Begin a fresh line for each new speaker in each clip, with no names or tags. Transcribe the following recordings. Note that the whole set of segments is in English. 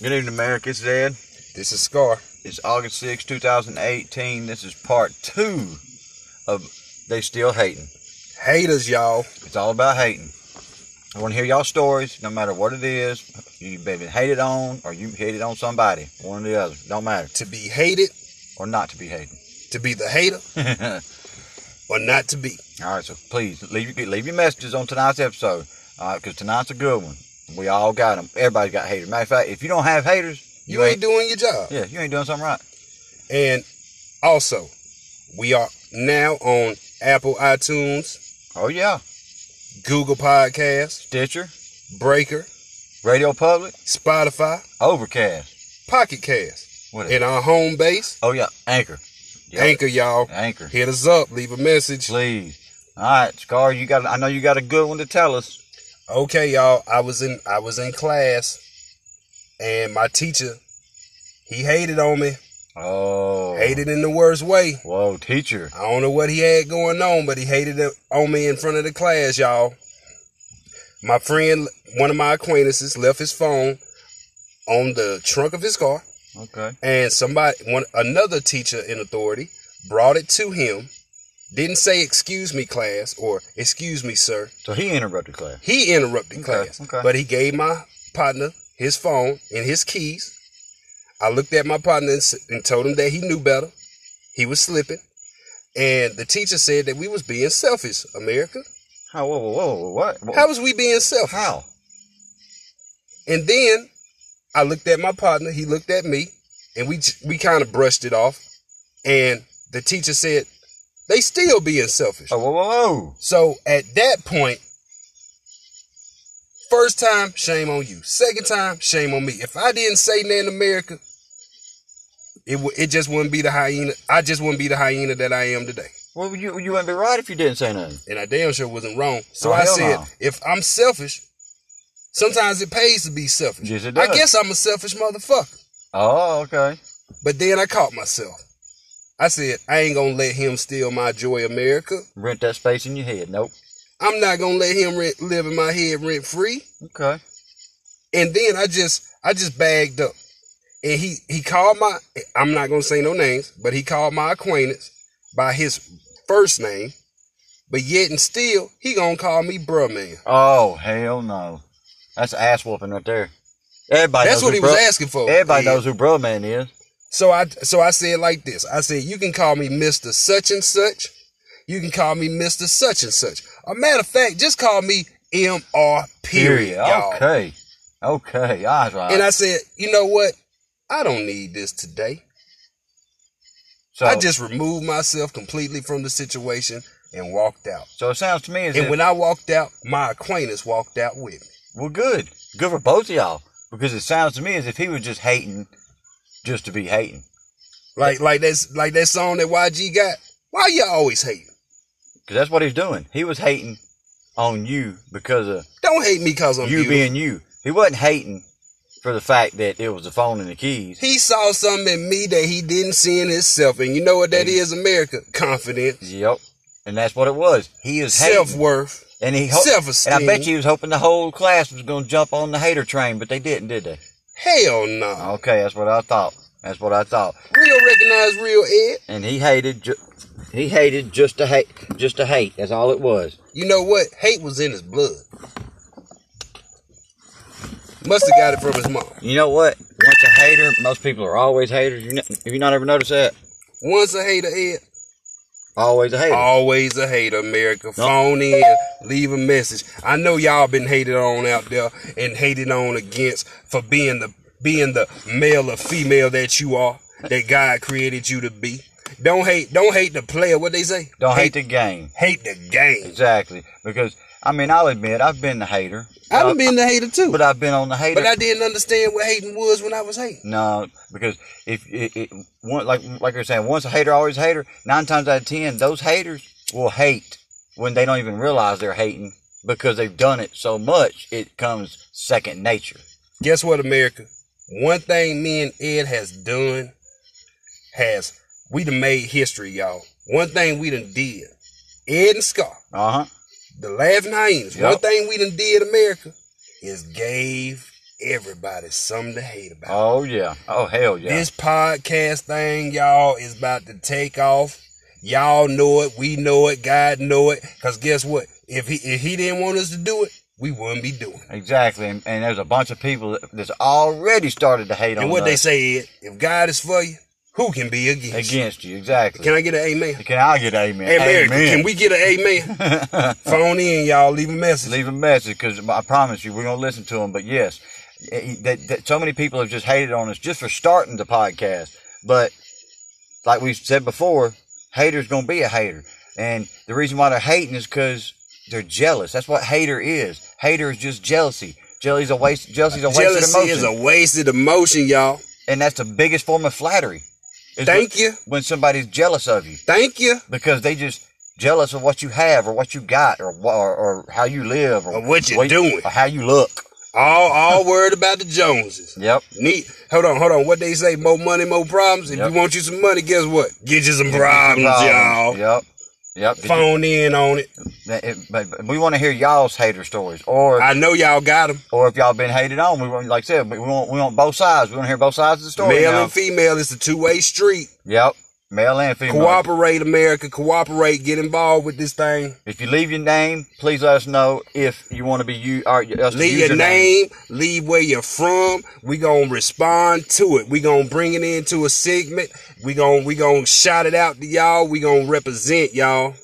Good evening, America. It's Ed.
This is Scar.
It's August 6, 2018. This is part two of They Still Hating.
Haters, y'all.
It's all about hating. I want to hear y'all stories, no matter what it is. You baby hated on, or you hated on somebody, one or the other. Don't matter.
To be hated,
Or not to be hating.
to be the hater,
all
or not to be.
right, so please leave, your- leave your messages on tonight's episode, all right, because tonight's a good one. We all got them. Everybody's got haters. Matter of fact, if you don't have haters,
You ain't doing your job.
yeah, you ain't doing something right.
And also, we are now on Apple iTunes,
Oh yeah,
Google Podcasts,
Stitcher,
Breaker,
Radio Public,
Spotify,
Overcast.
Pocket Cast.
What is
In our home base,
Oh yeah, Anchor. Yeah,
Anchor, y'all.
Anchor.
Hit us up. Leave a message.
Please. All right, Scar, you got I know you got a good one to tell us.
okay y'all i was in i was in class and my teacher he hated on me
Oh.
hated in the worst way
Whoa, teacher.
i don't know what he had going on but he hated it on me in front of the class y'all my friend one of my acquaintances left his phone on the trunk of his car
Okay.
and somebody one another teacher in authority brought it to him didn't say excuse me class or excuse me sir
So he interrupted class.
he interrupted
Okay,
class,
okay.
but he gave my partner his phone and his keys. I looked at my partner and, s- and told him that he knew better. He was slipping, and the teacher said that we was being selfish, America.
How whoa whoa whoa, whoa what? Whoa.
How was we being selfish?
How?
And then I looked at my partner. He looked at me, and we j- we kind of brushed it off. And the teacher said they still being selfish.
Oh whoa whoa whoa.
So at that point, first time, shame on you. Second time, shame on me. If I didn't say that in America, it w- it just wouldn't be the hyena. I just wouldn't be the hyena that I am today.
Well you you wouldn't be right if you didn't say nothing.
And I damn sure wasn't wrong. So
Oh,
I
hell
said,
no.
if I'm selfish, sometimes it pays to be selfish.
Yes, it
I
does.
guess I'm a selfish motherfucker.
Oh, okay.
But then I caught myself. I said, I ain't gonna let him steal my joy, America.
Rent that space in your head. Nope.
I'm not gonna let him rent, live in my head rent free.
Okay.
and then I just I just bagged up, and he he called my I'm not gonna say no names, but he called my acquaintance by his first name, but yet and still he gonna call me bruh man.
Oh, hell no. That's ass whooping right there. Everybody
That's
knows
what
who
he was
bro-
asking for.
Everybody
Yeah.
knows who bro man is.
So I so I said like this. I said you can call me Mister Such and Such, you can call me Mister Such and Such. A matter of fact, just call me M R period. y'all.
Okay. Okay. That's right.
And I said, you know what? I don't need this today.
so,
I just removed myself completely from the situation and walked out.
so it sounds to me as
And
if-
when I walked out, my acquaintance walked out with me.
Well, good. Good for both of y'all. Because it sounds to me as if he was just hating just to be hating.
Like like that's like that song that YG got. Why y'all always hating?
Because that's what he's doing. He was hating on you because of
Don't hate me cause I'm
you
beautiful.
being you. He wasn't hating for the fact that it was the phone and the keys.
he saw something in me that he didn't see in himself, and you know what that is, America? Confidence,
Yep. And that's what it was. He is hating.
self worth.
and he ho-
self-esteem.
And I bet you he was hoping the whole class was going to jump on the hater train, but they didn't, did they?
Hell no.
Okay, that's what I thought. That's what I thought.
Real recognize real Ed.
And he hated. Ju- he hated just to hate. Just to hate. That's all it was.
You know what? Hate was in his blood. Must have got it from his mom.
You know what? Once a hater, most people are always haters. You know, have you not ever noticed that?
Once a hater, Ed,
Always a hater.
Always a hater, America. Phone in, leave a message. I know y'all been hated on out there and hated on against for being the being the male or female that you are, that God created you to be. Don't hate don't hate the player, what they say?
Don't hate the game.
hate the game.
Exactly. Because I mean, I'll admit I've been the hater, Uh,
I've been the hater too.
but
But,
I've been on the hater.
I didn't understand what hating was when I was hating.
no, because if it, it one, like like you're saying, once a hater, always a hater. Nine times out of ten, those haters will hate when they don't even realize they're hating because they've done it so much it comes second nature.
Guess what, America? One thing me and Ed has done has we done made history, y'all. One thing we done did. Ed and Scar.
Uh huh.
the laughing hyenas.
Yep.
One thing we done did, America, is gave everybody something to hate about.
Oh yeah. Oh hell yeah.
This podcast thing, y'all, is about to take off. Y'all know it. We know it. God know it. Cause guess what? If he if he didn't want us to do it, we wouldn't be doing. it.
exactly. And, and there's a bunch of people that- that's already started to hate
And
on
what they
us
say is, if God is for you, who can be against? you?
against you. Exactly.
Can I get an amen?
Can I get amen?
Hey, America,
amen.
can we get an amen? Phone in, y'all. Leave a message.
leave a message because I promise you, we're gonna listen to them. But yes, it- that, that so many people have just hated on us just for starting the podcast. But like we said before, haters gonna be a hater, and the reason why they're hating is because they're jealous. That's what hater is. Hater is just jealousy. Jealousy's a waste. Jealousy's a wasted
Jealousy
emotion,
is a wasted emotion, y'all.
and that's the biggest form of flattery. is
Thank
when-
you.
When somebody's jealous of you
Thank you.
because they just jealous of what you have or what you got or wh- or, or how you live or,
Or what you doing.
or how you look.
All all worried about the Joneses.
Yep.
Need hold on, hold on. What they say, more money, more problems. If
Yep.
you want you some money, guess what? Get you some problems, y'all.
Yep. Yep.
Phone in on it.
That- it- but but we want to hear y'all's hater stories, or
I know y'all got them.
or if y'all been hated on, we want, like I said, we want we want both sides. We want to hear both sides of the story.
Male
now.
and female, it's a two way street.
Yep. Male and female.
Cooperate, America. Cooperate. Get involved with this thing.
If you leave your name, please let us know if you want to be you. Or us to
Leave
use
your name, leave where you're from. We gonna respond to it. We gonna bring it into a segment. We gonna we gonna shout it out to y'all. We gonna represent y'all.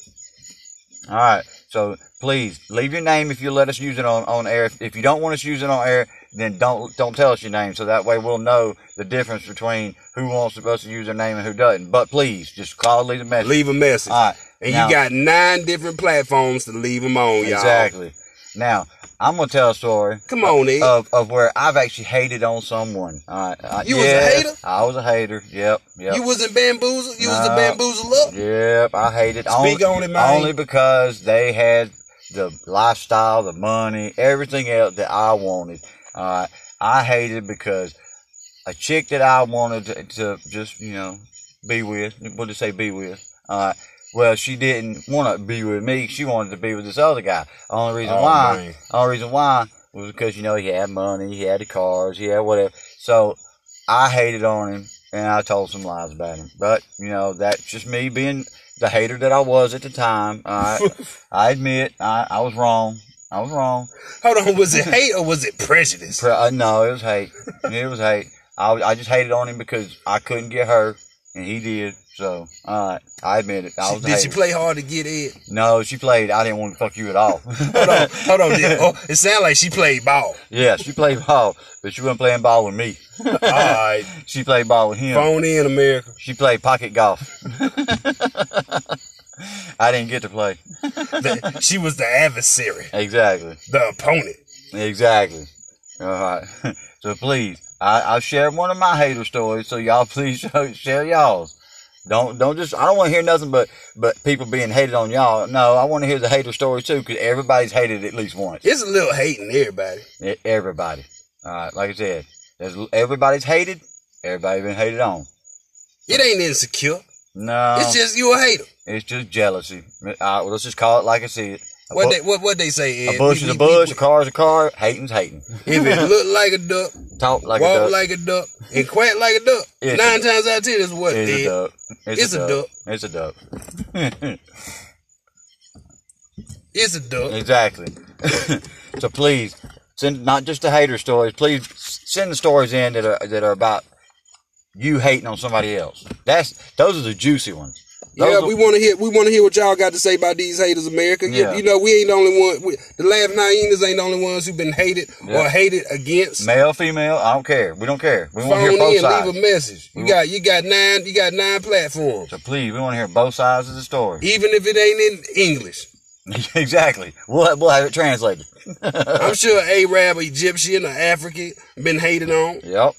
All right. So please leave your name if you let us use it on, on air. If, if you don't want us to use it on air, then don't don't tell us your name. So that way we'll know the difference between who wants us to use their name and who doesn't. But please just call and leave a message.
Leave a message.
All right.
And
Ah, Now-
you got nine different platforms to leave them on, y'all.
Exactly. Now I'm gonna tell a story
Come on, Ed.
of, of where I've actually hated on someone. All right. I,
You was a
yes,
hater?
I was a hater. Yep. Yep.
you wasn't bamboozled. You was the
Nah.
bamboozle up.
Yep, I hate it.
Speak on it, man.
Only because they had the lifestyle, the money, everything else that I wanted. Uh, I hated because a chick that I wanted to, to just, you know, be with, what did it say be with? Uh, well, she didn't want to be with me. She wanted to be with this other guy. Only reason
Oh,
why,
man.
only reason why was because, you know, he had money, he had the cars, he had whatever. So I hated on him and I told some lies about him. But, you know, that's just me being the hater that I was at the time. I, I admit I, I was wrong. I was wrong.
Hold on, was it hate or was it prejudice?
Pre- uh, no, it was hate. It was hate. I, was- I just hated on him because I couldn't get her and he did. So, alright, I admit it. I was a
Did she
hater.
play hard to get Ed?
No, she played. I didn't want to fuck you at all.
Hold on, hold on. Did, oh, it sounded like she played ball.
yeah, she played ball, but she wasn't playing ball with me.
All right,
She played ball with him.
phone in America.
She played pocket golf. I didn't get to play.
The- she was the adversary,
Exactly.
the opponent.
Exactly. All right. So please, I, I shared one of my hater stories. So y'all, please show, share y'all's. Don't don't just. I don't want to hear nothing but but people being hated on y'all. No, I want to hear the hater stories too, because everybody's hated at least once.
It's a little hate in everybody.
E- Everybody. All right. Like I said, there's, everybody's hated. Everybody been hated on.
It ain't insecure.
No,
It's just you a hater.
jealousy. All right, well, let's just call it like I see it. A,
What
bu-
they what what they say? eh, Ed?
a bush
We-
is a
we-
bush.
we-
A car is a car. Hating's hating.
If it look like a duck,
Talk like
walk
a duck.
like a duck, and quack like a duck,
It's a
nine times out of ten is what
It's a
Ed.
duck.
It's a duck.
It's a duck.
It's a duck.
Exactly. so please send not just the hater stories. Please send the stories in that are that are about you hating on somebody else. That's those are the juicy ones. Those
Yeah,
are-
we want to hear we want to hear what y'all got to say about these haters, America. You-
Yeah.
You, know, we ain't the only one. We, the last hyenas ain't the only ones who've been hated
Yeah.
or hated against.
male, female. I don't care. We don't care. We want to
Phone
hear
in,
both
leave
sides.
a message. You
We-
got you got nine you got nine platforms,
So please, we want to hear both sides of the story.
even if it ain't in English.
exactly. We'll we'll have it translated.
I'm sure Arab, Egyptian, or African been hated on.
Yep.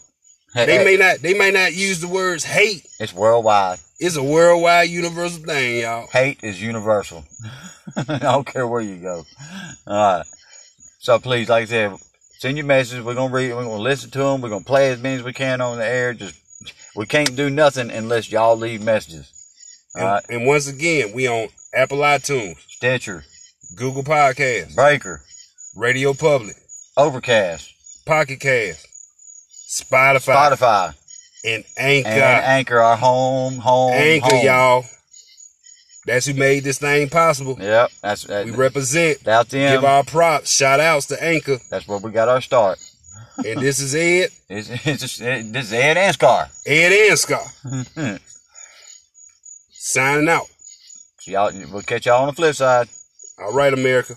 Hey,
They
hey,
may not they may not use the words hate.
it's worldwide.
It's a worldwide universal thing, y'all.
Hate is universal. I don't care where you go. All right. So please, like I said, send your messages. We're gonna read. it. We're gonna listen to them. We're gonna play as many as we can on the air. Just we can't do nothing unless y'all leave messages. All
And,
right.
and once again, we on Apple iTunes,
Stitcher,
Google Podcasts,
Breaker,
Radio Public,
Overcast,
Pocket Cast, Spotify,
Spotify
and Anchor.
and Anchor, our home, home,
Anchor,
home.
y'all. That's who made this thing possible.
Yep, that's that,
We represent.
that's them.
Give our props, shout outs to Anchor.
that's where we got our start.
And this is Ed.
It's, it's just, it, this is Ed and Scar.
Ed and Scott. Signing out.
So y'all, we'll catch y'all on the flip side.
All right, America.